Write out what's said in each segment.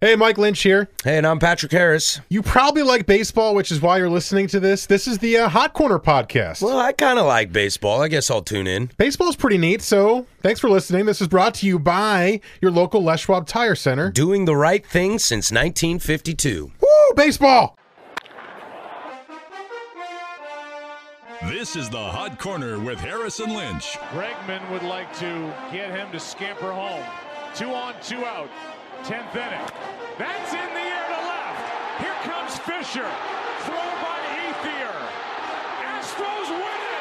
Hey, Mike Lynch here. Hey, and I'm Patrick Harris. You probably like baseball, which is why you're listening to this. This is the uh, Hot Corner podcast. Well, I kind of like baseball. I guess I'll tune in. Baseball's pretty neat, so thanks for listening. This is brought to you by your local Les Schwab Tire Center. Doing the right thing since 1952. Woo, baseball! This is the Hot Corner with Harrison Lynch. Bregman would like to get him to scamper home. Two on, two out. Tenth inning. That's in the air to left. Here comes Fisher. Throw by Ethier. Astros win it.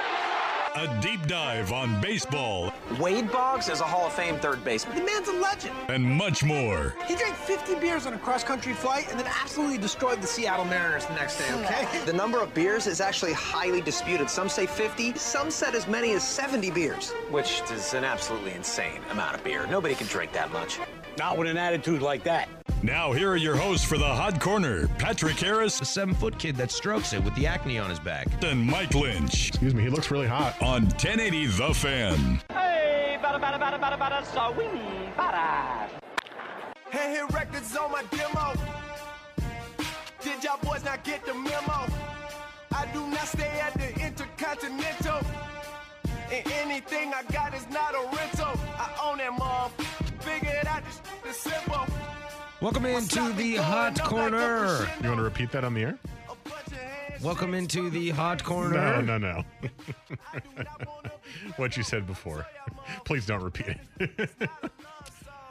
A deep dive on baseball Wade Boggs is a Hall of Fame third baseman. The man's a legend. and much more. He drank 50 beers on a cross country flight and then absolutely destroyed the Seattle Mariners the next day, okay? the number of beers is actually highly disputed. Some say 50, some said as many as 70 beers, which is an absolutely insane amount of beer. Nobody can drink that much. Not with an attitude like that. Now here are your hosts for the Hot Corner, Patrick Harris seven foot kid that strokes it with the acne on his back. and Mike Lynch Excuse me, he looks really hot. on 1080 The Fan. Hey, bada bada bada bada bada, swing bada. Hey, hit records on my demo. Did y'all boys not get the memo? I do not stay at the Intercontinental. And anything I got is not a rental. I own that mom. Figure it out, this shit is simple. Welcome into the Hot Corner. You want to repeat that on the air? Welcome into the Hot No, Corner. no, no. what you said before. Please don't repeat it.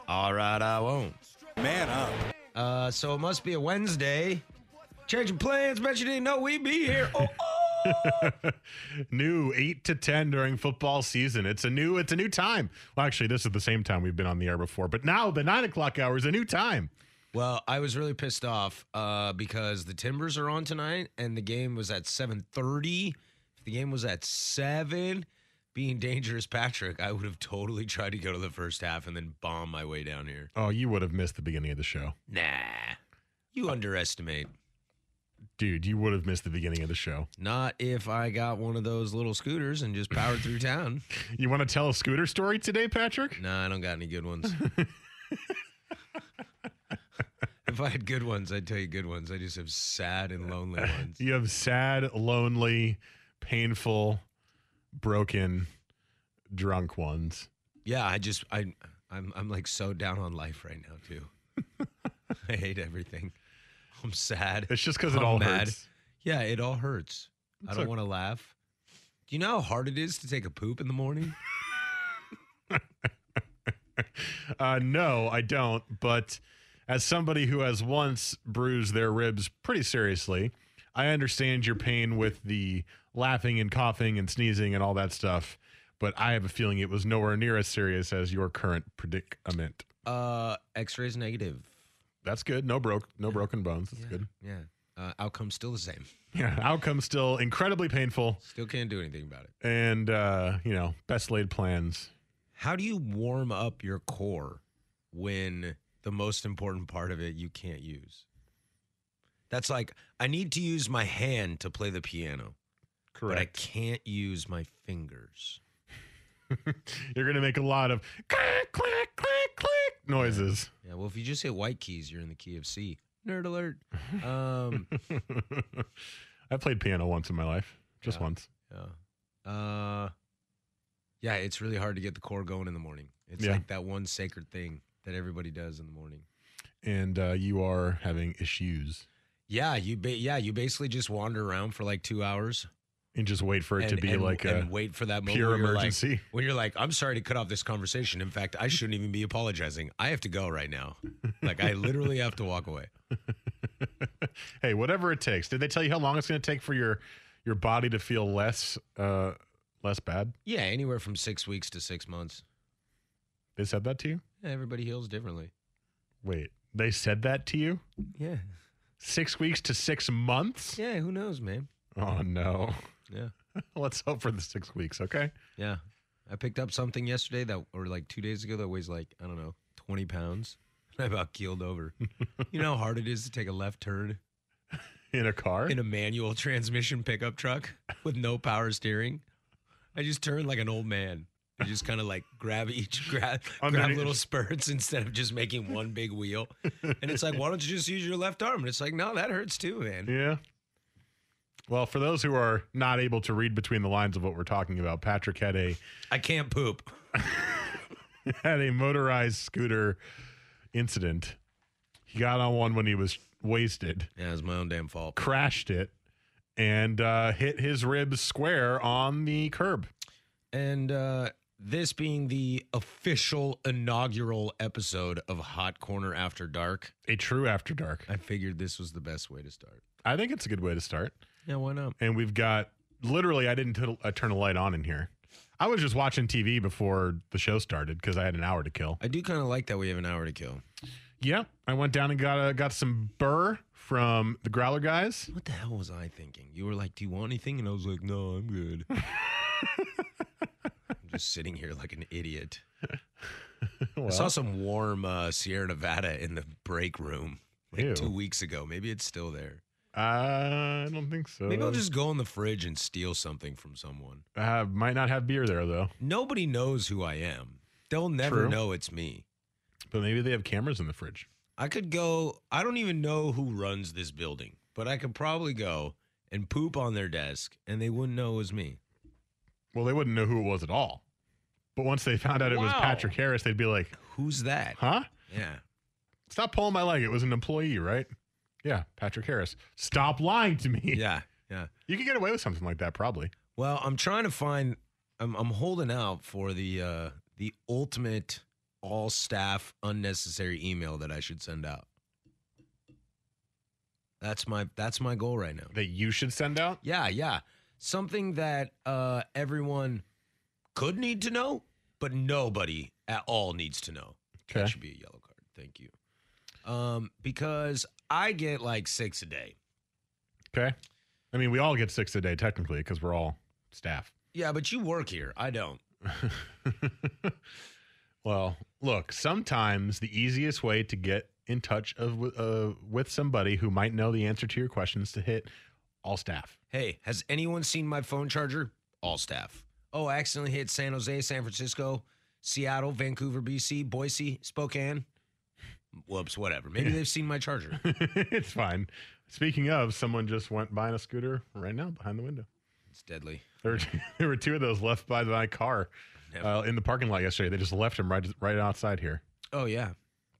All right, I won't. Man up. Uh, so it must be a Wednesday. Changing plans. Bet you didn't know we'd be here. Oh, new 8 to 10 during football season. It's a new it's a new time. Well, actually, this is the same time we've been on the air before, but now the 9 o'clock hour is a new time. Well, I was really pissed off uh, because the Timbers are on tonight, and the game was at 7:30. If the game was at seven, being dangerous, Patrick, I would have totally tried to go to the first half and then bomb my way down here. Oh, you would have missed the beginning of the show. Nah, you underestimate. Dude, you would have missed the beginning of the show. Not if I got one of those little scooters and just powered through town. You want to tell a scooter story today, Patrick? No, I don't got any good ones. if I had good ones, I'd tell you good ones. I just have sad and lonely ones. You have sad, lonely, painful, broken, drunk ones. Yeah, I just I I'm I'm like so down on life right now too. I hate everything. I'm sad. It's just because it I'm all mad. hurts. Yeah, it all hurts. I It's don't o- want to laugh. Do you know how hard it is to take a poop in the morning? Uh, no, I don't. But as somebody who has once bruised their ribs pretty seriously, I understand your pain with the laughing and coughing and sneezing and all that stuff. But I have a feeling it was nowhere near as serious as your current predicament. Uh, X-rays negative. That's good. No broke, no broken bones. That's yeah, good. Yeah. Uh, outcome still the same. Yeah. Outcome still incredibly painful, Still can't do anything about it. and uh, you know, best laid plans. How do you warm up your core when the most important part of it you can't use? That's like I need to use my hand to play the piano. but I can't use my fingers. You're gonna make a lot of click, click, click, click noises. Yeah, well, if you just hit white keys, you're in the key of C. Nerd alert. Um, I played piano once in my life, just Yeah. once. yeah. Uh, yeah, it's really hard to get the core going in the morning. It's Yeah. like that one sacred thing that everybody does in the morning. And uh, you are having issues, Yeah, you ba- yeah, you basically just wander around for like two hours and just wait for it to and- be and- like uh, a and wait for that moment pure where you're like- emergency. when you're like, I'm sorry to cut off this conversation. In fact, I shouldn't even be apologizing. I have to go right now. Like I literally have to walk away. hey, whatever it takes. Did they tell you how long it's gonna take for your your body to feel less uh, less bad? Yeah, anywhere from six weeks to six months. They said that to you. Everybody heals differently. Wait, they said that to you? Yeah. Six weeks to six months? Yeah, who knows, man? Oh, no. Yeah. Let's hope for the six weeks, okay? Yeah. I picked up something yesterday that, or like two days ago, that weighs like, I don't know, 20 pounds. I about keeled over. you know how hard it is to take a left turn In a car? in a manual transmission pickup truck with no power steering? I just turned like an old man. I just kind of like grab each, grab, grab Underneath. little spurts instead of just making one big wheel. And it's like, why don't you just use your left arm? And it's like, no, that hurts too, man. yeah. Well, for those who are not able to read between the lines of what we're talking about, Patrick had a I can't poop. had a motorized scooter incident. He got on one when he was wasted, Yeah, it's my own damn fault. crashed it, and uh, hit his ribs square on the curb. And uh, this being the official inaugural episode of Hot Corner After Dark, A true after dark. I figured this was the best way to start. I think it's a good way to start. Yeah, why not? And we've got literally, I didn't t- uh, turn a light on in here. I was just watching TV before the show started because I had an hour to kill. I do kind of like that we have an hour to kill. Yeah, I went down and got a, got some burr from the Growler guys. What the hell was I thinking? You were like, "Do you want anything?" And I was like, "No, I'm good." I'm just sitting here like an idiot. I saw Well, some warm uh, Sierra Nevada in the break room like Ew. two weeks ago. Maybe it's still there. I don't think so. Maybe I'll just go in the fridge and steal something from someone. uh, might not have beer there though. Nobody knows who I am. They'll never True. know it's me. But maybe they have cameras in the fridge. I could go, I don't even know who runs this building, but I could probably go and poop on their desk and they wouldn't know it was me. Well, they wouldn't know who it was at all. But once they found out it was Wow. Patrick Harris, they'd be like, Who's that? "Huh? Yeah. Stop pulling my leg. It was an employee, right?" Yeah, Patrick Harris. Stop lying to me. Yeah. Yeah. You could get away with something like that probably. Well, I'm trying to find I'm I'm holding out for the uh the ultimate all staff unnecessary email that I should send out. That's my that's my goal right now. That you should send out? Yeah, yeah. Something that uh, everyone could need to know, but nobody at all needs to know. Okay. That should be a yellow card. Thank you. Um, because I get like six a day. Okay. I mean, we all get six a day technically because we're all staff. Yeah, but you work here. I don't. well, look, sometimes the easiest way to get in touch of uh, with somebody who might know the answer to your question is to hit all staff. Hey, has anyone seen my phone charger? All staff. Oh, I accidentally hit San Jose, San Francisco, Seattle, Vancouver, BC, Boise, Spokane. Whoops, whatever. Maybe they've seen my charger. it's fine. Speaking of, someone just went buying a scooter right now behind the window. It's deadly. There were, there were two of those left by my car uh, in the parking lot yesterday. They just left them right right outside here. Oh, yeah.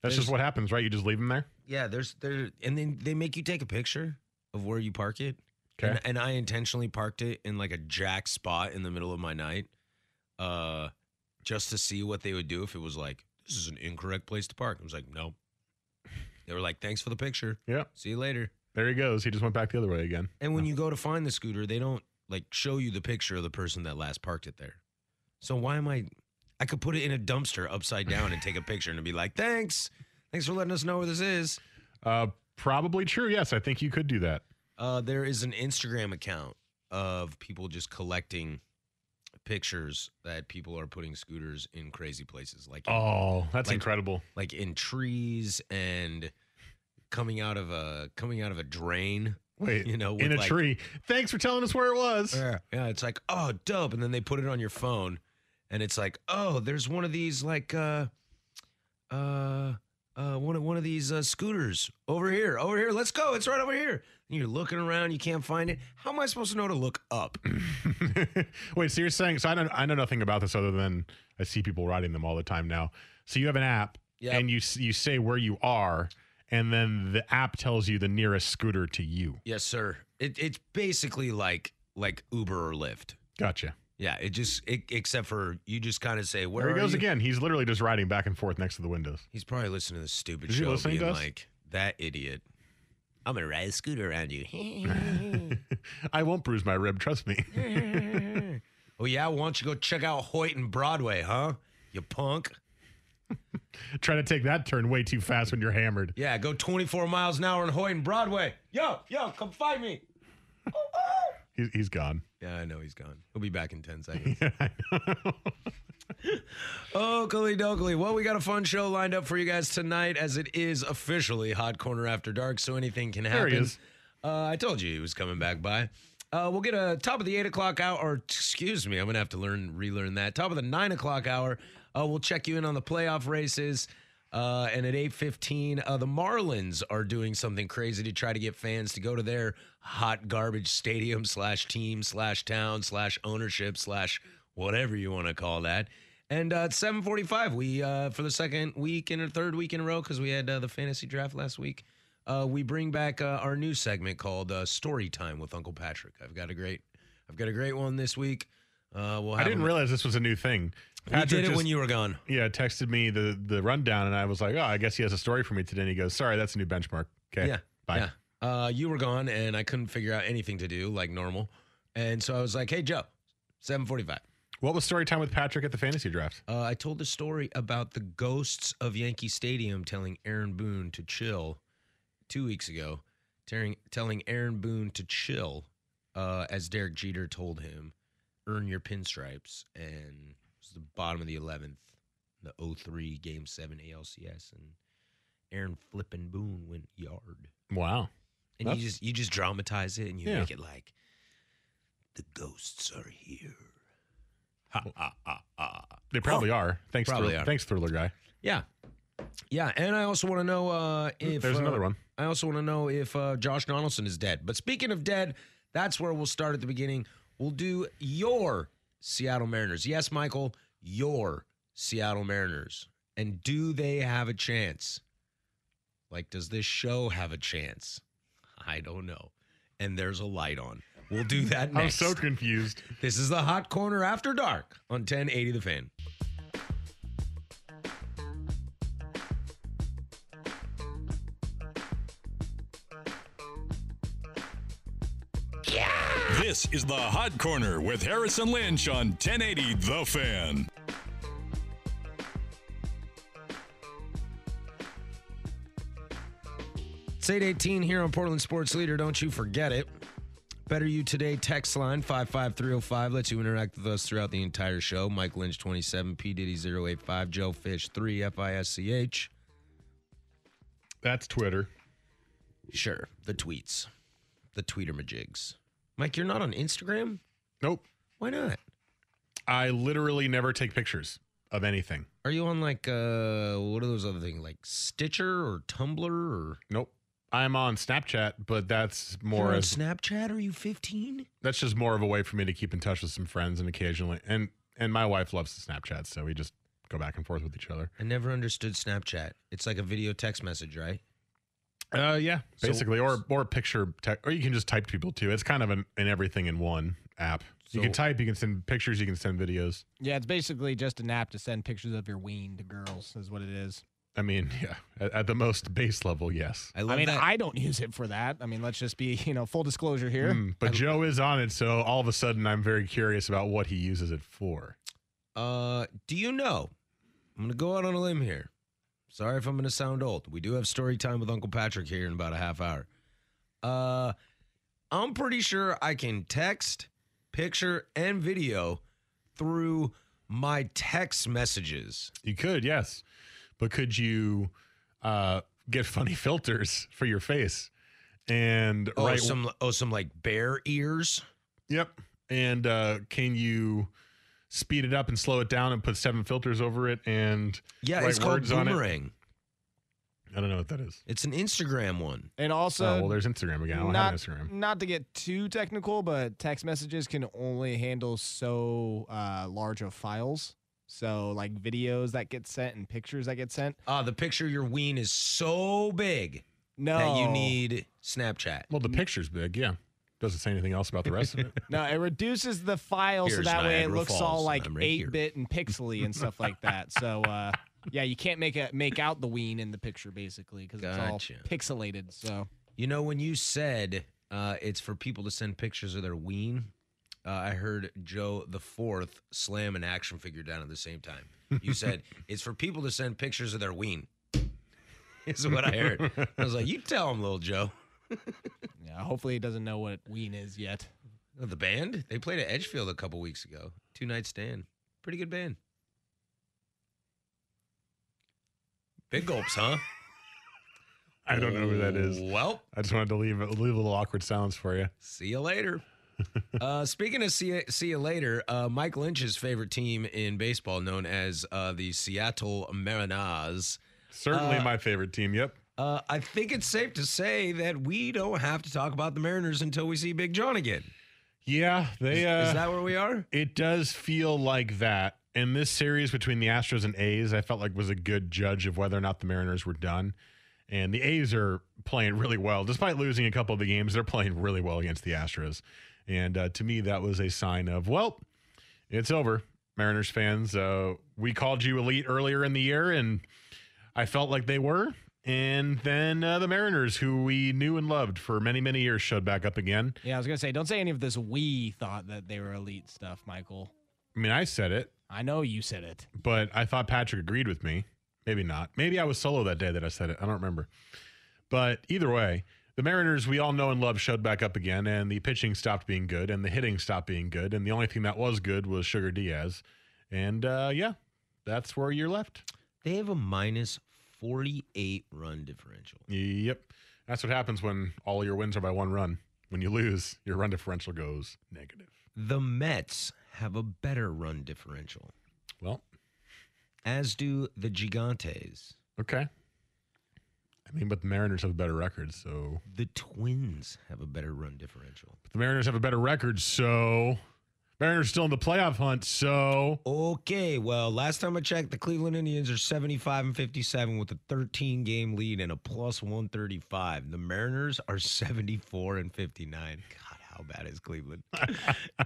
That's just what happens, right? You just leave them there. Yeah, there's there, and then they make you take a picture of where you park it. Okay. And, and I intentionally parked it in like a jack spot in the middle of my night, uh, just to see what they would do if it was like this is an incorrect place to park. I was like, no. They were like, thanks for the picture. Yeah, See you later. there he goes. He just went back the other way again. And when you go to find the scooter, they don't like show you the picture of the person that last parked it there. So why am I? I could put it in a dumpster upside down and take a picture and be like, thanks, thanks for letting us know where this is. Uh, probably true. Yes, I think you could do that. Uh, there is an Instagram account of people just collecting pictures that people are putting scooters in crazy places, like in- Oh, that's Like- incredible. like in trees and coming out of a coming out of a drain. Wait, you know, in with a like- tree. Thanks for telling us where it was. Yeah, yeah, it's like oh, dope, and then they put it on your phone, and it's like oh, there's one of these like uh, uh, uh, one of one of these uh, scooters over here, over here. Let's go, it's right over here. And you're looking around, you can't find it. How am I supposed to know to look up? Wait, so you're saying so? I don't. I know nothing about this other than I see people riding them all the time now. So you have an app, Yep. and you s- you say where you are, and then the app tells you the nearest scooter to you. Yes, sir. It, it's basically like like Uber or Lyft. Gotcha. Yeah, it just it, except for you just kind of say where There he are goes you?" again. He's literally just riding back and forth next to the windows. He's probably listening to this stupid Is he show, listening being to us? like that idiot. I'm gonna ride a scooter around you. I won't bruise my rib. Trust me. oh yeah, why don't you go check out Hoyt and Broadway, huh? You punk. Trying to take that turn way too fast when you're hammered. Yeah, go 24 miles an hour in Hoyt and Broadway. Yo, yo, come find me. He's, he's gone. Yeah, I know he's gone. He'll be back in 10 seconds. I Oakley Dokley. Well, we got a fun show lined up for you guys tonight as it is officially Hot Corner After Dark, so anything can happen. There he is. Uh, I told you he was coming back by. Uh, we'll get a top of the eight o'clock hour, or excuse me, I'm gonna have to learn relearn that. Top of the nine o'clock hour, uh, we'll check you in on the playoff races. Uh, and at 8.15, uh, the Marlins are doing something crazy to try to get fans to go to their hot garbage stadium slash team slash town slash ownership slash whatever you want to call that. And uh, at 7.45, we, uh, for the second week and a third week in a row, because we had uh, the fantasy draft last week, uh, we bring back uh, our new segment called uh, Story Time with Uncle Patrick. I've got a great, I've got a great one this week. Uh, we'll have didn't him- realize this was a new thing. We did Patrick it just- when you were gone. yeah texted me the the rundown, and I was like, oh, I guess he has a story for me today. And he goes, sorry, that's a new benchmark. Okay, Yeah. bye. Yeah. Uh, you were gone, and I couldn't figure out anything to do like normal, and so I was like, "Hey, Joe, 7:45." What was story time with Patrick at the fantasy draft? Uh, I told the story about the ghosts of Yankee Stadium telling Aaron Boone to chill two weeks ago, telling telling Aaron Boone to chill, uh, as Derek Jeter told him, "Earn your pinstripes," and it was the bottom of the 11th, the 03 Game Seven ALCS, and Aaron flipping Boone went yard. Wow. and That's- you just you just dramatize it and you Yeah. make it like the ghosts are here. Ha, ha, ha, ha. They probably are. Thanks, Probably Thriller- are. thanks, Thriller Guy. Yeah, yeah, and I also want to know uh, if Hmm, There's uh, another one. I also want to know if uh, Josh Donaldson is dead. But speaking of dead, that's where we'll start at the beginning. We'll do your Seattle Mariners. Yes, Michael, your Seattle Mariners. And do they have a chance? Like, does this show have a chance? I don't know. And there's a light on. We'll do that I'm next. so confused. this is the Hot Corner After Dark on 1080 The Fan. This is the Hot Corner with Harrison Lynch on 1080 The Fan. It's 818 here on Portland Sports Leader. Don't you forget it. Better You Today text line 55305 lets you interact with us throughout the entire show. Mike Lynch 27, P Diddy 085, Joe Fish 3, FISCH. That's Twitter. Sure, the tweets, the tweeter majigs. Mike, you're not on Instagram? Nope. Why not? I literally never take pictures of anything. Are you on like, uh, what are those other things, like Stitcher or Tumblr or Nope. I'm on Snapchat, but that's You're more on as Snapchat? Are you 15? that's just more of a way for me to keep in touch with some friends and occasionally and and my wife loves the Snapchat, so we just go back and forth with each other. I never understood Snapchat. It's like a video text message, right? Uh yeah, So- basically or or picture te- or you can just type to people too. It's kind of an, an everything in one app. you can So- type, you can send pictures, you can send videos. Yeah, it's basically just an app to send pictures of your ween to girls, is what it is. I mean, yeah, at, at the most base level, yes. I mean, I don't use it for that. I mean, let's just be, you know, full disclosure here. Mm, but Joe is on it, so all of a sudden I'm very curious about what he uses it for. Uh, do you know? I'm gonna go out on a limb here. Sorry if I'm gonna sound old. We do have story time with Uncle Patrick here in about a half hour. Uh, I'm pretty sure I can text, picture, and video through my text messages. You could, yes, but could you uh, get funny filters for your face and Oh, right? some oh some like bear ears. yep. And uh, can you speed it up and slow it down and put seven filters over it? And Yeah, write it's called words on it? boomerang. I don't know what that is. It's an Instagram one. And also, oh well, there's Instagram again. I don't not, have Instagram. not to get too technical, but text messages can only handle so uh, large of files. So, like videos that get sent and pictures that get sent. Ah, the picture your ween is so big No, that Oh. you need Snapchat. Well, the picture's big. Yeah, doesn't say anything else about the rest of it. No, it reduces the file so Here's that way it Niagara looks Falls, all and like I'm right here. eight bit and pixely and stuff like that. So uh, yeah, you can't make it make out the ween in the picture basically because Gotcha. it's all pixelated. So You know, when you said uh, it's for people to send pictures of their ween, uh, I heard Joe the Fourth slam an action figure down at the same time. You said it's for people to send pictures of their ween. Is what I heard. I was like, you tell him, little Joe. yeah, hopefully he doesn't know what Ween is yet. The band they played at Edgefield a couple weeks ago. Two night stand, pretty good band. Big gulps, huh? I don't know who that is. Well, I just wanted to leave, leave a little awkward silence for you. See you later. uh, speaking of see, see you later, uh, Mike Lynch's favorite team in baseball, known as uh, the Seattle Mariners. Certainly Uh, my favorite team. Yep. Uh, I think it's safe to say that we don't have to talk about the Mariners until we see Big John again. Yeah, they. Is- Uh, is that where we are? It does feel like that. And this series between the Astros and A's, I felt like was a good judge of whether or not the Mariners were done. And the A's are playing really well, despite losing a couple of the games. They're playing really well against the Astros, and uh, to me, that was a sign of well, it's over, Mariners fans. Uh, we called you elite earlier in the year, and I felt like they were. And then uh, the Mariners, who we knew and loved for many, many years, showed back up again. Yeah, I was gonna say, don't say any of this. We thought that they were elite stuff, Michael. I mean, I said it. I know you said it. but I thought Patrick agreed with me. Maybe not. Maybe I was solo that day that I said it. I don't remember. But either way, the Mariners we all know and love showed back up again, and the pitching stopped being good, and the hitting stopped being good, and the only thing that was good was Sugar Diaz, and uh, yeah, that's where you're left. They have a minus 48 run differential. Yep, that's what happens when all your wins are by one run. When you lose, your run differential goes negative. The Mets have a better run differential, Well, as do the Gigantes. okay. I mean, but the Mariners have a better record, so The Twins have a better run differential. The Mariners have a better record, so Mariners still in the playoff hunt, so Okay, well, last time I checked, the Cleveland Indians are 75 and 57 with a 13 game lead and a plus 135. The Mariners are 74 and 59. God, how bad is Cleveland?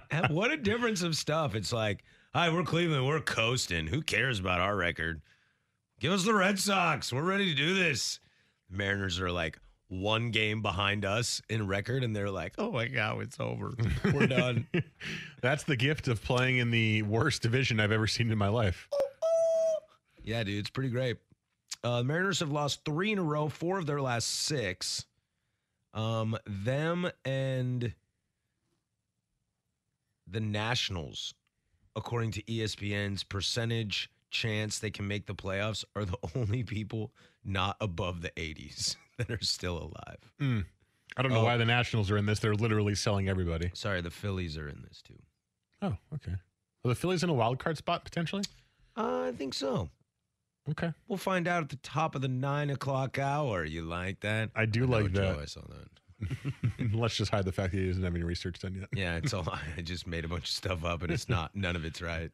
And what a difference of stuff. It's like, hi, we're Cleveland. We're coasting. Who cares about our record? Give us the Red Sox. We're ready to do this. The Mariners are like one game behind us in record, and they're like, oh my God, it's over. We're done. that's the gift of playing in the worst division I've ever seen in my life. Yeah, dude, it's pretty great. Uh, the Mariners have lost three in a row, four of their last six. Um, them and the Nationals, according to E ESPN's percentage chance they can make the playoffs, are the only people not above the 80s that are still alive. Mm. I don't know Oh. why the Nationals are in this. They're literally selling everybody. Sorry, the Phillies are in this too. Oh, okay. Are the Phillies in a wild card spot potentially? Uh, I think so. Okay. We'll find out at the top of the nine o'clock hour. You like that? I do like know, Joe, that. I saw that. Let's just hide the fact that he doesn't have any research done yet. Yeah, it's all I just made a bunch of stuff up and it's not none of it's right.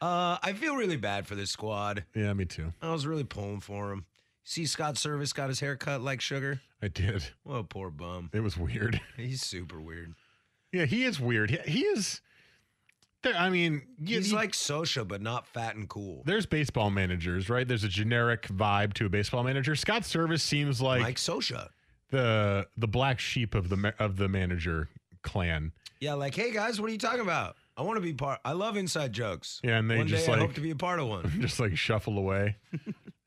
Uh, I feel really bad for this squad. Yeah, me too. I was really pulling for him. See, Scott Service got his hair cut like sugar. I did. What a poor bum. It was weird. He's super weird. Yeah, he is weird. He, he is. There, I mean, you- He's you- like Sosha, but not fat and cool. there's baseball managers, right? There's a generic vibe to a baseball manager. Scott Service seems Like, like Sosha. the the black sheep of the ma- of the manager clan. Yeah, like, hey guys, what are you talking about? I want to be part. I love inside jokes. Yeah, and they one just day I hope like- to be a part of one. Just like shuffle away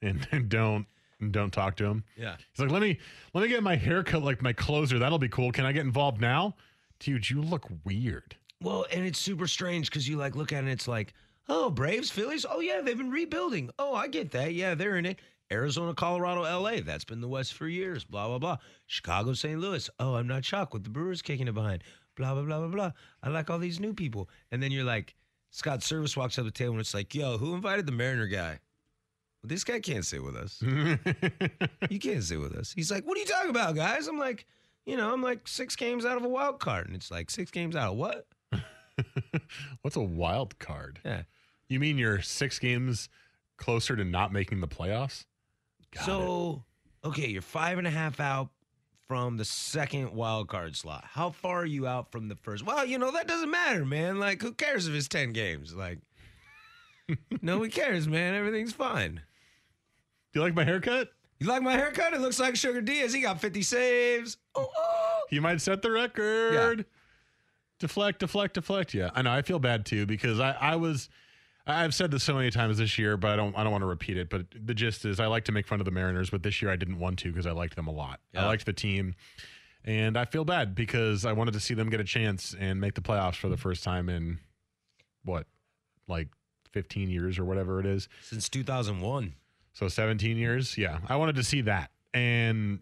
and, and don't and don't talk to him. Yeah. He's like, let me let me get my haircut like my closer. That'll be cool. Can I get involved now? Dude, you look weird. Well, and it's super strange because you like look at it and it's like, oh, Braves, Phillies. Oh, yeah, they've been rebuilding. Oh, I get that. Yeah, they're in it. Arizona, Colorado, LA. That's been the West for years. Blah, blah, blah. Chicago, St. Louis. Oh, I'm not shocked with the Brewers kicking it behind. Blah, blah, blah, blah, blah. I like all these new people. And then you're like, Scott Service walks up to the table and it's like, yo, who invited the Mariner guy? Well, this guy can't sit with us. you can't sit with us. He's like, what are you talking about, guys? I'm like, you know, I'm like six games out of a wild card. And it's like, six games out of what? What's a wild card? Yeah. You mean you're six games closer to not making the playoffs? Got so, okay, you're five and a half out from the second wild card slot. How far are you out from the first? Well, you know that doesn't matter, man. Like, who cares if it's ten games? Like, no one cares, man. Everything's fine. Do you like my haircut? You like my haircut? It looks like Sugar Diaz. He got 50 saves. Oh, oh. He might set the record. Deflect, deflect, deflect. Yeah, I know. I feel bad too because I, I was, I- I've said this so many times this year, but I don't, I don't want to repeat it. But the gist is, I like to make fun of the Mariners, but this year I didn't want to because I liked them a lot. I Yeah. liked the team, and I feel bad because I wanted to see them get a chance and make the playoffs for the first time in what, like, fifteen years or whatever it is. Since 2001. So 17 years. Yeah. I wanted to see that. And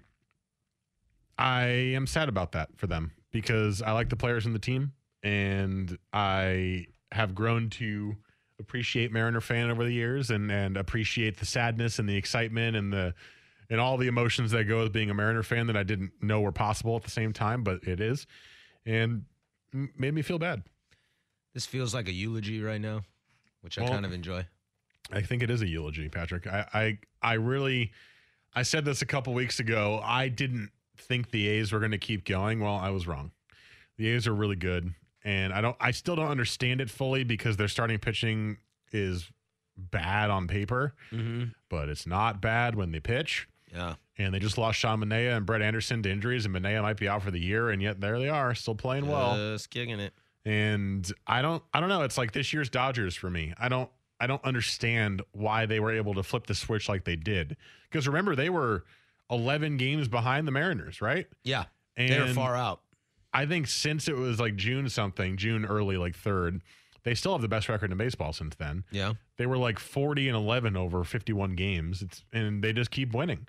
I am sad about that for them because I like the players in the team and I have grown to appreciate Mariner fan over the years and and appreciate the sadness and the excitement and the and all the emotions that go with being a Mariner fan that I didn't know were possible at the same time, but it is. And m- made me feel bad. This feels like a eulogy right now, which Well- I kind of enjoy. I think it is a eulogy, Patrick. I I, I really I said this a couple weeks ago. I didn't think the A's were going to keep going. Well, I was wrong. The A's are really good, and I don't I still don't understand it fully because their starting pitching is bad on paper, Mm-hmm. but it's not bad when they pitch. Yeah. And they just lost Sean Manea and Brett Anderson to injuries, and Manea might be out for the year, and yet there they are, still playing well Just kicking it. and I don't I don't know. It's like this year's Dodgers for me. I don't I don't understand why they were able to flip the switch like they did. Because remember they were 11 games behind the Mariners, right? Yeah. And They're far out. I think since it was like June something, June early like 3rd, they still have the best record in baseball since then. Yeah. They were like 40 and 11 over 51 games. It's and they just keep winning.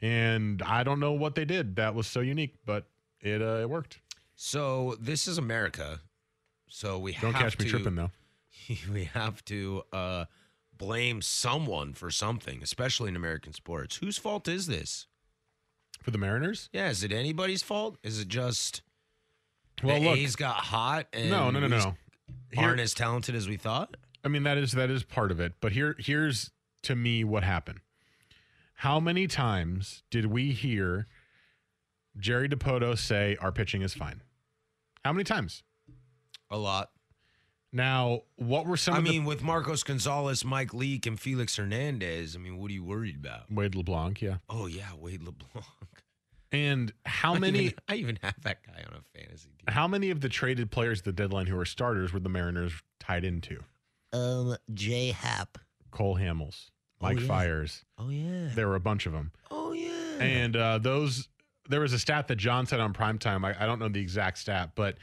And I don't know what they did. That was so unique, but it uh, it worked. So this is America. So we Don't have catch me to- tripping though. we have to uh, blame someone for something, especially in American sports. Whose fault is this? For the Mariners? Yeah, is it anybody's fault? Is it just Well, the look- A's got hot and No, no, no, we just no. Here- aren't as talented as we thought? I mean that is that is part of it. But here here's to me what happened. How many times did we hear Jerry DePoto say our pitching is fine? How many times? A lot. Now, what were some I of mean, with Marcos Gonzalez, Mike Leake, and Felix Hernandez, I mean, what are you worried about? the Wade LeBlanc, yeah. Oh yeah, Wade LeBlanc. And how I many even- I even have that guy on a fantasy team. how many of the traded players at the deadline who are starters were the Mariners tied into? Um, J Hap. Cole Hamels, Oh, Mike yeah. Fires. Oh yeah. There were a bunch of them. Oh yeah. And uh, those, there was a stat that John said on primetime. I, I don't know the exact stat, but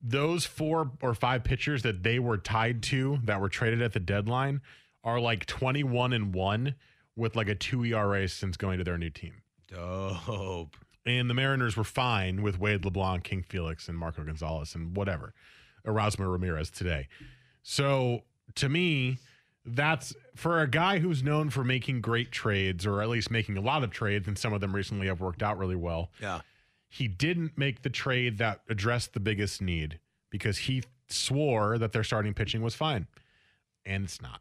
those four or five pitchers that they were tied to that were traded at the deadline are like 21 and one with like a two ERA since going to their new team. Dope. And the Mariners were fine with Wade LeBlanc, King Felix, and Marco Gonzalez, and whatever, Erasmo Ramirez today. So to me, that's for a guy who's known for making great trades, or at least making a lot of trades, and some of them recently have worked out really well. Yeah. He didn't make the trade that addressed the biggest need because he swore that their starting pitching was fine, and it's not.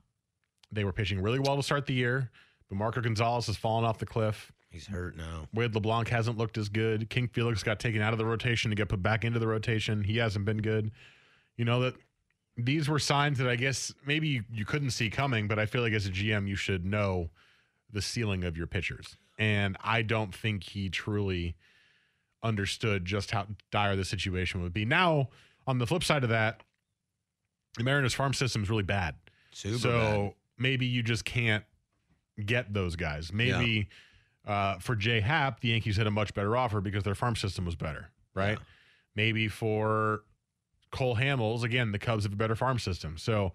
They were pitching really well to start the year, but Marco Gonzalez has fallen off the cliff. He's hurt now. Wade LeBlanc hasn't looked as good. King Felix got taken out of the rotation to get put back into the rotation. He hasn't been good. You know that these were signs that I guess maybe you, you couldn't see coming, but I feel like as a GM you should know the ceiling of your pitchers. And I don't think he truly understood just how dire the situation would be. Now, on the flip side of that, the Mariners farm system is really bad. Super so bad. maybe you just can't get those guys. Maybe uh, for J Hap, the Yankees had a much better offer because their farm system was better, right? Yeah. Maybe for Cole Hamels, again, the Cubs have a better farm system. So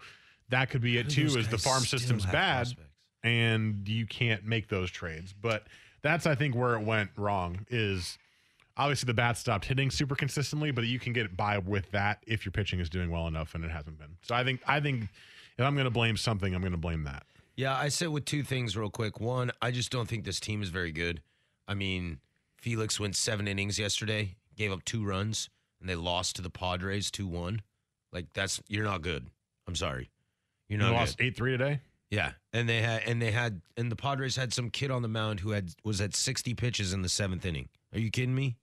that could be it too, Those is the guys farm still system's have bad prospects. and you can't make those trades. But that's I think where it went wrong is obviously the bat stopped hitting super consistently, but you can get by with that if your pitching is doing well enough and it hasn't been. So I think I think if I'm gonna blame something, I'm gonna blame that. Yeah, I sit with two things real quick. One, I just don't think this team is very good. I mean, Felix went seven innings yesterday, gave up two runs, and they lost to the Padres two one. Like that's you're not good. I'm sorry, you're You not lost good. eight three today? Yeah, and they had and they had and the Padres had some kid on the mound who had was at 60 pitches in the seventh inning. Are you kidding me?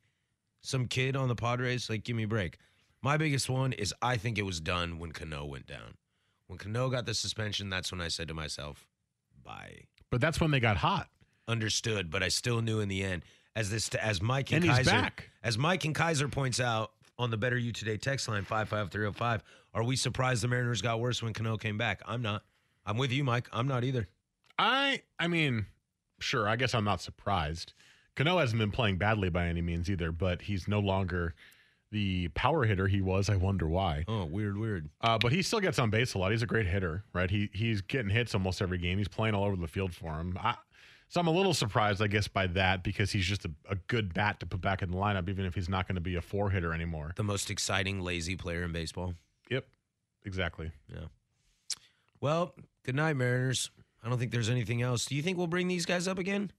Some kid on the Padres, like give me a break. My biggest one is I think it was done when Cano went down. When Cano got the suspension, that's when I said to myself, "Bye." But that's when they got hot. Understood, but I still knew in the end. As this, as Mike and, And he's Kaiser, back. as Mike and Kaiser points out on the Better You Today text line 55305. Are we surprised the Mariners got worse when Cano came back? I'm not. I'm with you, Mike. I'm not either. I I mean, sure, I guess I'm not surprised. Cano hasn't been playing badly by any means either, but he's no longer the power hitter he was. I wonder why. Oh, weird, weird. Uh, but he still gets on base a lot. He's a great hitter, right? He he's getting hits almost every game. He's playing all over the field for him. I, so I'm a little surprised, I guess, by that because he's just a, a good bat to put back in the lineup, even if he's not going to be a four hitter anymore. The most exciting lazy player in baseball. Yep, exactly. Yeah. Well, good night, Mariners. I don't think there's anything else. Do you think we'll bring these guys up again?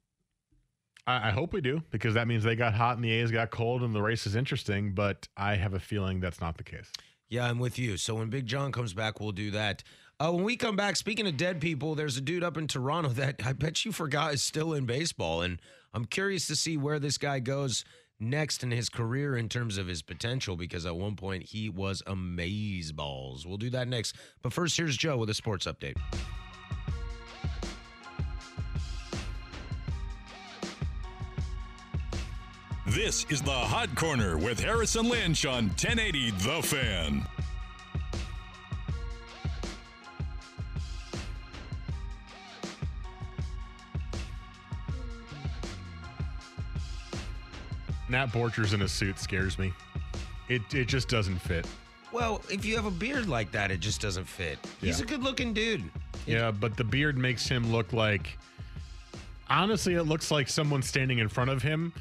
I, I hope we do because that means they got hot and the A's got cold and the race is interesting. But I have a feeling that's not the case. Yeah, I'm with you. So when Big John comes back, we'll do that. Uh, when we come back, speaking of dead people, there's a dude up in Toronto that I bet you forgot is still in baseball. And I'm curious to see where this guy goes next in his career in terms of his potential because at one point he was amaze balls. We'll do that next. But first, here's Joe with a sports update. This is the Hot Corner with Harrison Lynch on 1080 The Fan. Nat Borchers in a suit scares me. It it just doesn't fit. Well, if you have a beard like that, it just doesn't fit. He's Yeah. a good looking dude. Yeah, but the beard makes him look like honestly, it looks like someone standing in front of him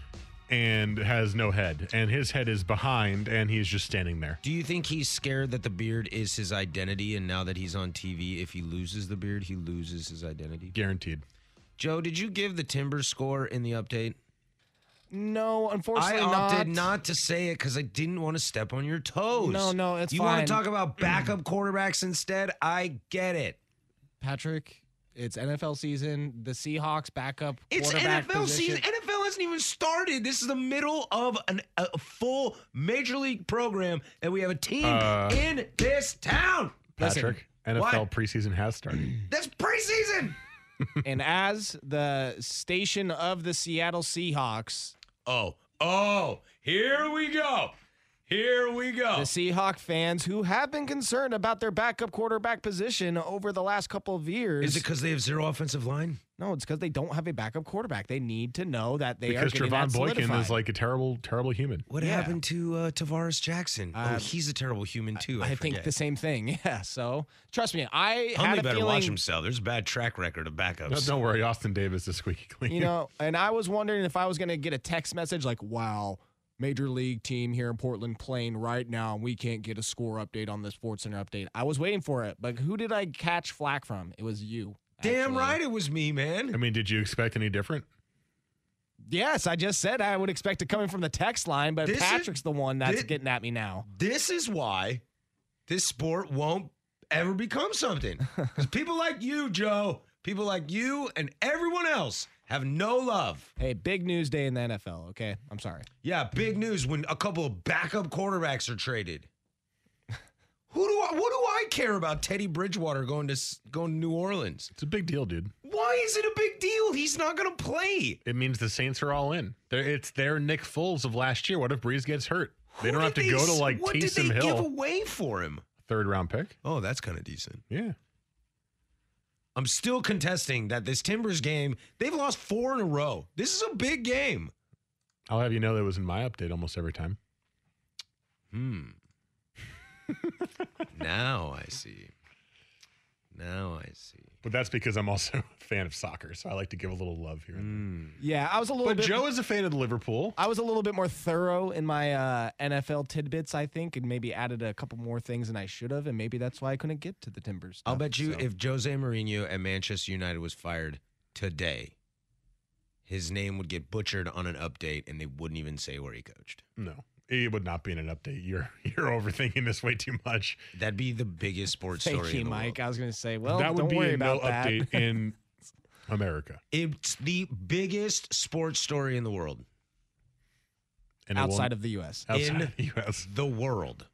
and has no head, and his head is behind, and he's just standing there. Do you think he's scared that the beard is his identity? And now that he's on TV, if he loses the beard, he loses his identity? Guaranteed. Joe, did you give the Timbers score in the update? No, unfortunately I opted not. not. to say it because I didn't want to step on your toes. No, no, it's you want fine. to talk about backup quarterbacks instead? I get it. Patrick, it's NFL season. The Seahawks backup It's quarterback NFL position. season. NFL hasn't even started. This is the middle of an, a full major league program, and we have a team Uh, in this town. Listen, Patrick, NFL what? preseason has started. That's preseason. and as the station of the Seattle Seahawks, Oh, oh, here we go. Here we the go. Seahawk fans who have been concerned about their backup quarterback position over the last couple of years. Is it because they have zero offensive line? no, it's because they don't have a backup quarterback. They need to know that they because are getting that Trevon Boykin solidified. is like a terrible, terrible human. What Yeah. happened to uh, Tavares Jackson? oh, Um, he's a terrible human too. I I, think forget. the same thing. Yeah. So trust me, I Huntley had a better feeling. watch himself. There's a bad track record of backups. No, don't worry, Austin Davis is squeaky clean. you know, and I was wondering if I was going to get a text message like, wow, major league team here in Portland playing right now, and we can't get a score update on this Sports Center update. I was waiting for it, but who did I catch flack from? It was you. Damn actually. right it was me, I man. mean, did you expect any different? Yes, I just said I would expect it coming from the text line, but This is- Patrick's the one that's thi- getting at me now. This is why this sport won't ever become something. Because people like you, Joe, people like you and everyone else have no love. Hey, big news day in the NFL, okay? I'm sorry. Yeah, big news when a couple of backup quarterbacks are traded. Who do I, what do I care about Teddy Bridgewater going to s- going to New Orleans? It's a big deal, dude. Why is it a big deal? He's not going to play. It means the Saints are all in. They're, it's their Nick Foles of last year. What if Breeze gets hurt? They Who don't have to did they go to s- like what did Taysom they give Hill, away for him? third round pick. Oh, that's kind of decent. Yeah. I'm still contesting that this Timbers game, they've lost four in a row. This is a big game. I'll have you know that was in my update almost every time. Hmm. now I see. Now I see. But that's because I'm also a fan of soccer, so I like to give a little love here. Mm. and Yeah, I was a there. little But bit Joe is a fan of Liverpool. I was a little bit more thorough in my uh, NFL tidbits, I think, and maybe added a couple more things than I should have, and maybe that's why I couldn't get to the Timbers. I'll stuff, bet you so. if Jose Mourinho at Manchester United was fired today, his name would get butchered on an update and they wouldn't even say where he coached. No, it would not be in an update. You're you're overthinking this way too much. That'd be the biggest sports Thank story. you, in the Mike. World. I was going to say, well, that would don't be worry a about no that. update in America, It's the biggest sports story in the world. and outside of the U.S. outside in- of the U.S. The world.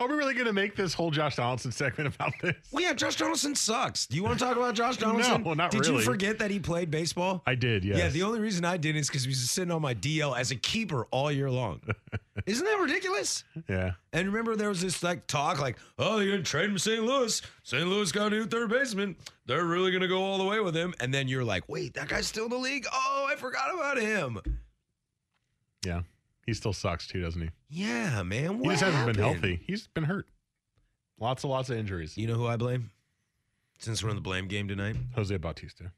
Are we really going to make this whole Josh Donaldson segment about this? Well, yeah, Josh Donaldson sucks. Do you want to talk about Josh Donaldson? No, not did really. you forget that he played baseball? I did, yes. Yeah, the only reason I didn't is because he was sitting on my DL as a keeper all year long. Isn't that ridiculous? yeah. And remember, there was this like talk, like, "Oh, you're gonna trade him to St. Louis. St. Louis got a new third baseman. They're really gonna go all the way with him." And then you're like, "Wait, that guy's still in the league? Oh, I forgot about him." Yeah. He still sucks too, doesn't he? Yeah, man. he what just hasn't been happened? healthy. He's been hurt. Lots and lots of injuries. You know who I blame? Since we're in the blame game tonight, Jose Bautista.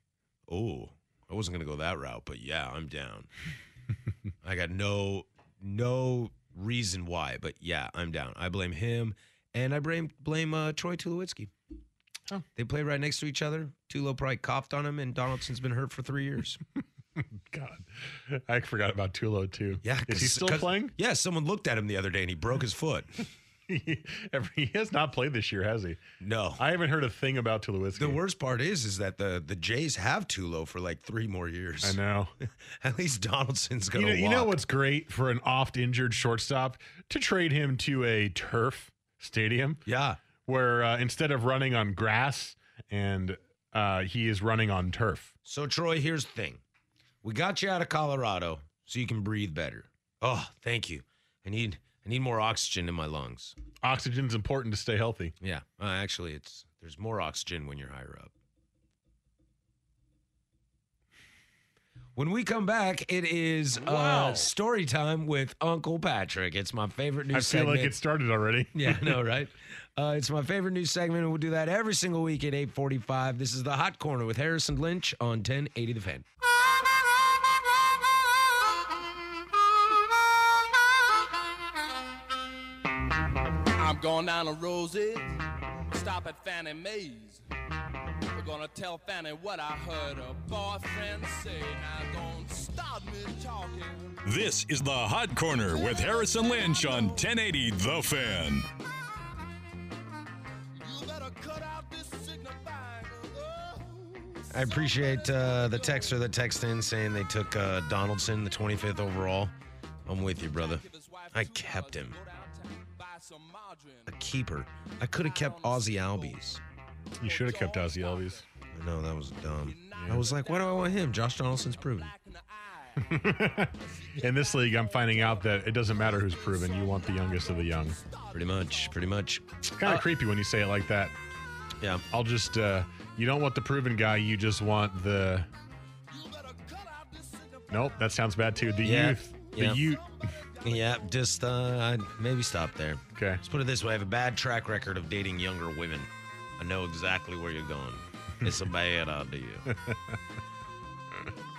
Oh, I wasn't gonna go that route, but yeah, I'm down. I got no no reason why, but yeah, I'm down. I blame him, and I blame blame uh, Troy Tulowitzki. Oh. They played right next to each other. Tulo probably coughed on him, and Donaldson's been hurt for three years. God. I forgot about Tulo too. Yeah, Is he 'cause- still 'cause- playing? Yeah, someone looked at him the other day, and he broke his foot. Every- he has not played this year, has he? No. I haven't heard a thing about Tulowitzki. the worst part is, is that the the Jays have Tulo for like three more years. I know. At least Donaldson's You gonna. know, you know walk. what's great for an oft injured shortstop to trade him to a turf stadium Yeah. where uh, instead of running on grass and uh, he is running on turf. So Troy, here's the thing. We got you out of Colorado so you can breathe better. Oh, thank you. I need I need more oxygen in my lungs. Oxygen's important to stay healthy. Yeah. Uh, actually, it's there's more oxygen when you're higher up. When we come back, it is uh, story time with Uncle Patrick. It's my favorite new I feel segment. like it started already. Yeah, I know, right? Uh, it's my favorite news segment, and we'll do that every single week at 845. This is The Hot Corner with Harrison Lynch on 1080 The Fan. I'm going down to Rosie's, stop at Fannie Mae's. We're gonna tell Fannie what I heard her boyfriend say. Now don't stop me talking. This is the Hot Corner with Harrison Lynch on 1080 The Fan. You better cut out this signifying. Oh, I appreciate uh, the texter that texted in saying they took uh, Donaldson, the 25th overall. I'm with you, brother. I kept him. buy some margarine. A keeper. I could have kept Ozzy Albies. You should have kept Ozzy Albies. I know, that was dumb. I was like, why do I want him? Josh Donaldson's proven. In this league, I'm finding out that it doesn't matter who's proven. You want the youngest of the young. Pretty much, pretty much. It's kind Uh, of creepy when you say it like that. Yeah. I'll just, uh, you don't want the proven guy. You just want the. Nope, that sounds bad too. The Yeah. youth. Yeah. The youth. Yeah, just uh, I'd maybe stop there. Okay. Let's put it this way: I have a bad track record of dating younger women. I know exactly where you're going. It's a bad idea.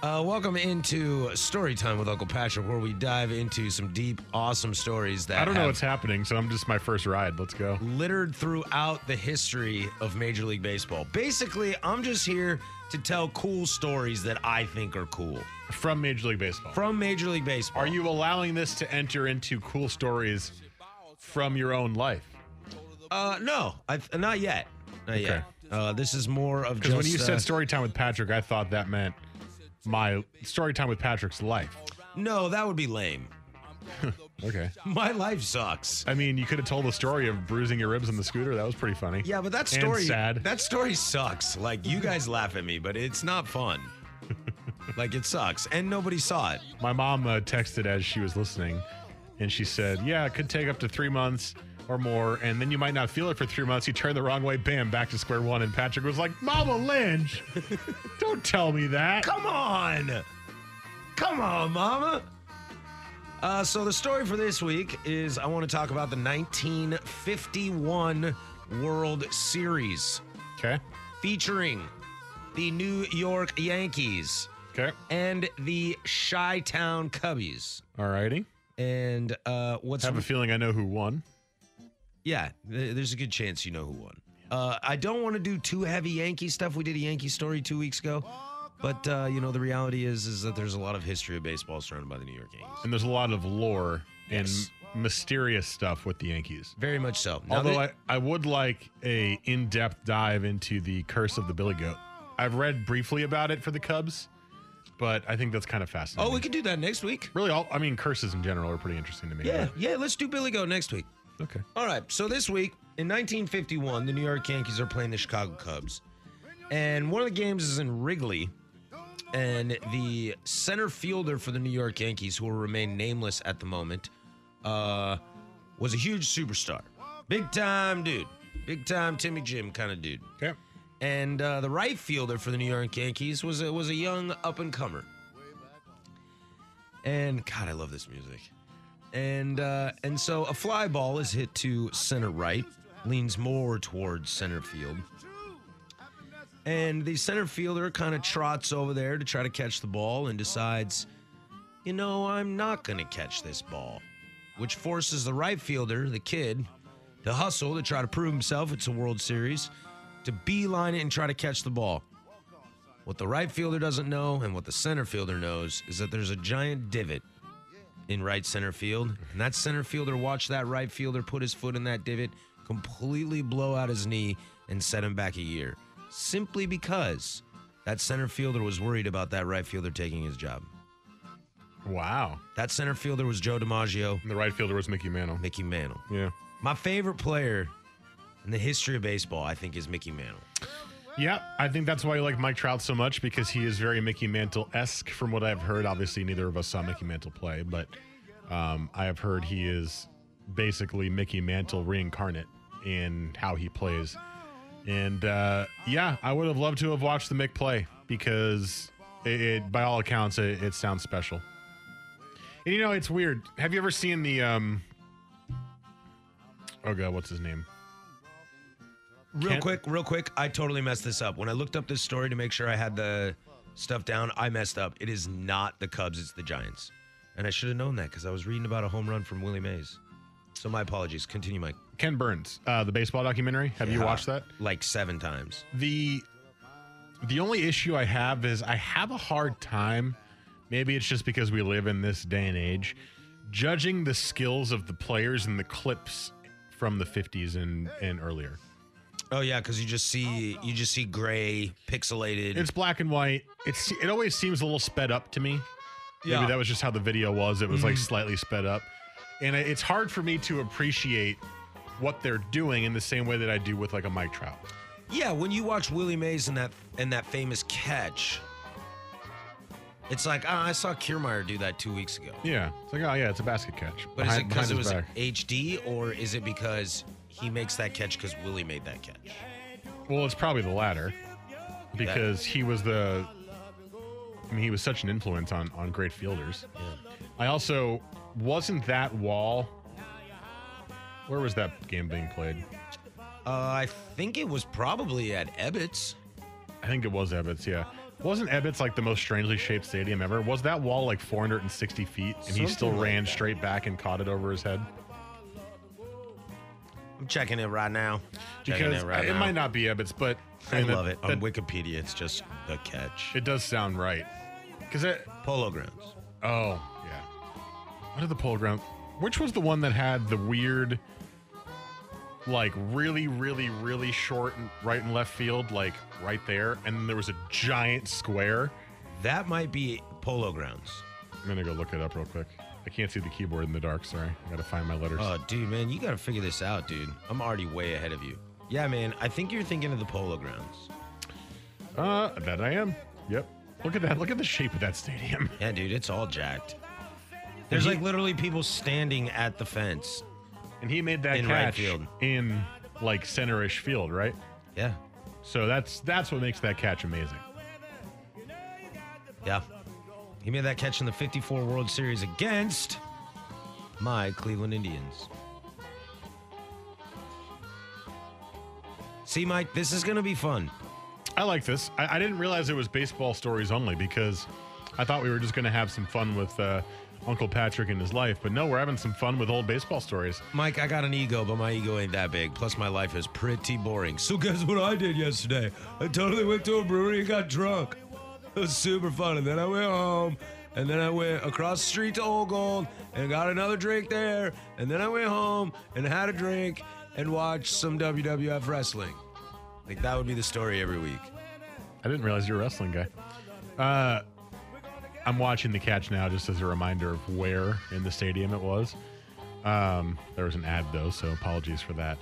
Uh, welcome into story time with Uncle Patrick, where we dive into some deep, awesome stories that I don't know have what's happening, so I'm just my first ride. Let's go. littered throughout the history of Major League Baseball. Basically, I'm just here to tell cool stories that I think are cool From Major League Baseball. from Major League Baseball. Are you allowing this to enter into cool stories from your own life? Uh, no, I not yet. Not yet. Uh, this is more of Because just when you uh, said story time with Patrick, I thought that meant my story time with Patrick's life. no, that would be lame. Okay. My life sucks. I mean, you could have told the story of bruising your ribs on the scooter. That was pretty funny. Yeah, but that And story sad. that story sucks. Like you guys laugh at me, but it's not fun. like it sucks, and nobody saw it. My mom uh, texted as she was listening, and she said, "Yeah, it could take up to three months or more, and then you might not feel it for three months. You turn the wrong way, bam, back to square one." And Patrick was like, "Mama Lynch, don't tell me that." Come on, come on, Mama. Uh, so the story for this week is I want to talk about the 1951 World Series. Okay. featuring the New York Yankees Okay. and the Chi Town Cubbies. Alrighty. And uh, what's Have a feeling I know who won. yeah? th- There's a good chance you know who won. Uh, I don't want to do too heavy Yankee stuff. We did a Yankee story two weeks ago, but uh, you know the reality is is that there's a lot of history of baseball surrounded by the New York Yankees. And there's a lot of lore Yes. and mysterious stuff with the Yankees. Very much so. Now Although that- I, I would like a in-depth dive into the curse of the Billy Goat. I've read briefly about it for the Cubs, but I think that's kind of fascinating. oh, we could do that next week. really all I mean curses in general are pretty interesting to me. Yeah, yeah. Let's do Billy Go next week. Okay. All right. So this week in 1951, the New York Yankees are playing the Chicago Cubs, and one of the games is in Wrigley. And the center fielder for the New York Yankees, who will remain nameless at the moment, uh, was a huge superstar, big time dude, big time Timmy Jim kind of dude. Yep. And uh, the right fielder for the New York Yankees was a, was a young up and comer. And God, I love this music. And uh, and so a fly ball is hit to center right, leans more towards center field. And the center fielder kind of trots over there to try to catch the ball and decides, you know, I'm not going to catch this ball, which forces the right fielder, the kid, to hustle to try to prove himself. It's a World Series, to beeline it and try to catch the ball. What the right fielder doesn't know and what the center fielder knows is that there's a giant divot in right center field. And that center fielder watched that right fielder put his foot in that divot, completely blow out his knee, and set him back a year. Simply because that center fielder was worried about that right fielder taking his job. Wow. That center fielder was Joe DiMaggio. And the right fielder was Mickey Mantle. Mickey Mantle. Yeah. My favorite player in the history of baseball, I think, is Mickey Mantle. Yeah, I think that's why you like Mike Trout so much because he is very Mickey Mantle esque from what I've heard. Obviously, neither of us saw Mickey Mantle play, but um, I have heard he is basically Mickey Mantle reincarnate in how he plays. And uh, yeah, I would have loved to have watched the Mick play because it, it by all accounts, it, it sounds special. And you know, it's weird. Have you ever seen the? Um, oh god, what's his name? Real Can't- quick, real quick, I totally messed this up. When I looked up this story to make sure I had the stuff down, I messed up. It is not the Cubs, it's the Giants. And I should have known that because I was reading about a home run from Willie Mays. So my apologies. Continue, Mike. Ken Burns, uh, the baseball documentary. Have you Yeah. watched that? Like seven times. The the only issue I have is I have a hard time. Maybe it's just because we live in this day and age, judging the skills of the players and the clips from the 50s and and earlier. Oh yeah, because you just see you just see gray, pixelated. It's black and white. It's it always seems a little sped up to me. Yeah. Maybe that was just how the video was. It was like Mhm. slightly sped up. And it- it's hard for me to appreciate what they're doing in the same way that I do with like a Mike Trout. Yeah, when you watch Willie Mays and that and that famous catch, it's like ah, I saw Kiermaier do that two weeks ago. Yeah. It's like, oh yeah, it's a basket catch. But is Behind- it because behind his it was back. HD or is it because he makes that catch because Willie made that catch? Well, it's probably the latter because he was the. I mean, he was such an influence on on great fielders. I also wasn't that wall. Where was that game being played? Uh, I think it was probably at Ebbets. I think it was Ebbets. Yeah, wasn't Ebbets like the most strangely shaped stadium ever? Was that wall like 460 feet and he still Something like ran straight back and caught it over his head? I'm checking it right now. Checking Because it right it now. might not be Ebbets, but I mean, that- love it. that- On Wikipedia, it's just the catch. It does sound right. Because it. Polo grounds. Oh, yeah. What are the polo grounds? Which was the one that had the weird, like really, really, really short and right and left field, like right there, and then there was a giant square? That might be Polo Grounds. I'm going to go look it up real quick. I can't see the keyboard in the dark. Sorry. I got to find my letters. Oh, dude, man, you got to figure this out, dude. I'm already way ahead of you. Yeah, man, I think you're thinking of the Polo Grounds. Uh, that I am. Yep. Look at that. Look at the shape of that stadium. Yeah, dude, it's all jacked. There's like literally people standing at the fence. And he made that In right catch field. in like centerish field, right? Yeah. So that's that's what makes that catch amazing. Yeah. He made that catch in the 54 World Series against my Cleveland Indians. See, Mike, this is going to be fun. I like this. I, I didn't realize it was baseball stories only because I thought we were just going to have some fun with uh, Uncle Patrick and his life. But no, we're having some fun with old baseball stories. Mike, I got an ego, but my ego ain't that big. Plus, my life is pretty boring. So, guess what I did yesterday? I totally went to a brewery and got drunk. It was super fun. And then I went home, and then I went across the street to Old Gold and got another drink there. And then I went home and had a drink and watched some WWF wrestling. Like, that would be the story every week. I didn't realize you're a wrestling guy. Uh, I'm watching the catch now just as a reminder of where in the stadium it was. Um, there was an ad though, so apologies for that.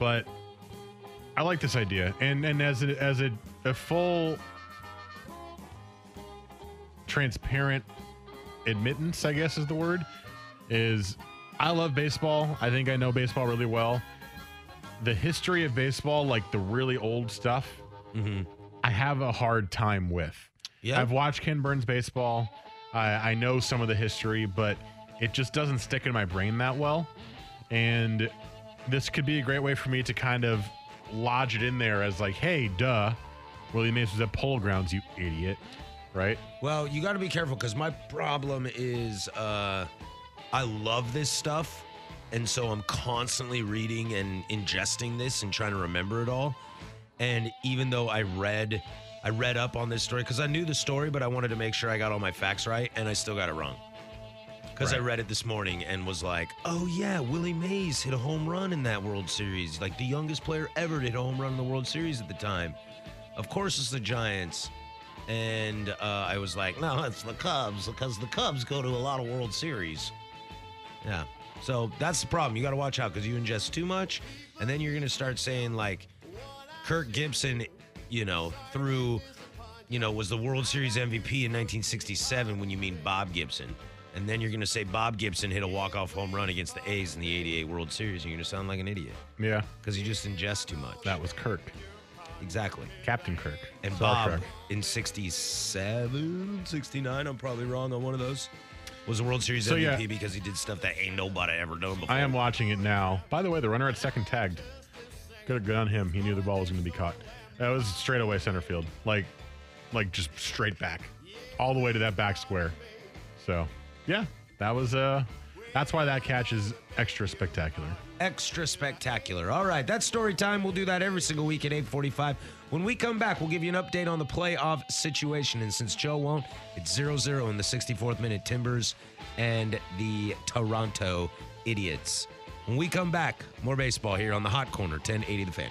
But I like this idea, and and as a, as a, a full transparent admittance, I guess is the word. Is I love baseball. I think I know baseball really well. The history of baseball, like the really old stuff, I have a hard time with. Yeah. I've watched Ken Burns baseball. I, I know some of the history, but it just doesn't stick in my brain that well. And this could be a great way for me to kind of lodge it in there as like, hey, duh, Willie Mays was at Polo Grounds, you idiot, right? Well, you got to be careful because my problem is uh, I love this stuff. And so I'm constantly reading and ingesting this and trying to remember it all. And even though I read, I read up on this story because I knew the story, but I wanted to make sure I got all my facts right. And I still got it wrong because I read it this morning and was like, oh, yeah, Willie Mays hit a home run in that World Series. Like the youngest player ever to hit a home run in the World Series at the time. Of course, it's the Giants. And uh, I was like, no, it's the Cubs because the Cubs go to a lot of World Series. Yeah. So that's the problem. You got to watch out because you ingest too much, and then you're going to start saying, like, Kirk Gibson, you know, through, you know, was the World Series MVP in 1967 when you mean Bob Gibson. And then you're going to say Bob Gibson hit a walk off home run against the A's in the 88 World Series, and you're going to sound like an idiot Yeah. because you just ingest too much. That was Kirk. Exactly. Captain Kirk. And Star Bob Trek. in 67, 69, I'm probably wrong on one of those, was a World Series So, MVP yeah. because he did stuff that ain't nobody ever done before. I am watching it now. By the way, the runner at second tagged. Good good on him. He knew the ball was going to be caught. That was straight away center field, like, like just straight back, all the way to that back square. So, yeah, that was uh, that's why that catch is extra spectacular. Extra spectacular. All right, that's story time. We'll do that every single week at 845. When we come back, we'll give you an update on the playoff situation. And since Joe won't, it's 0-0 in the 64th minute Timbers and the Toronto Idiots. When we come back, more baseball here on the Hot Corner, 1080 The Fan.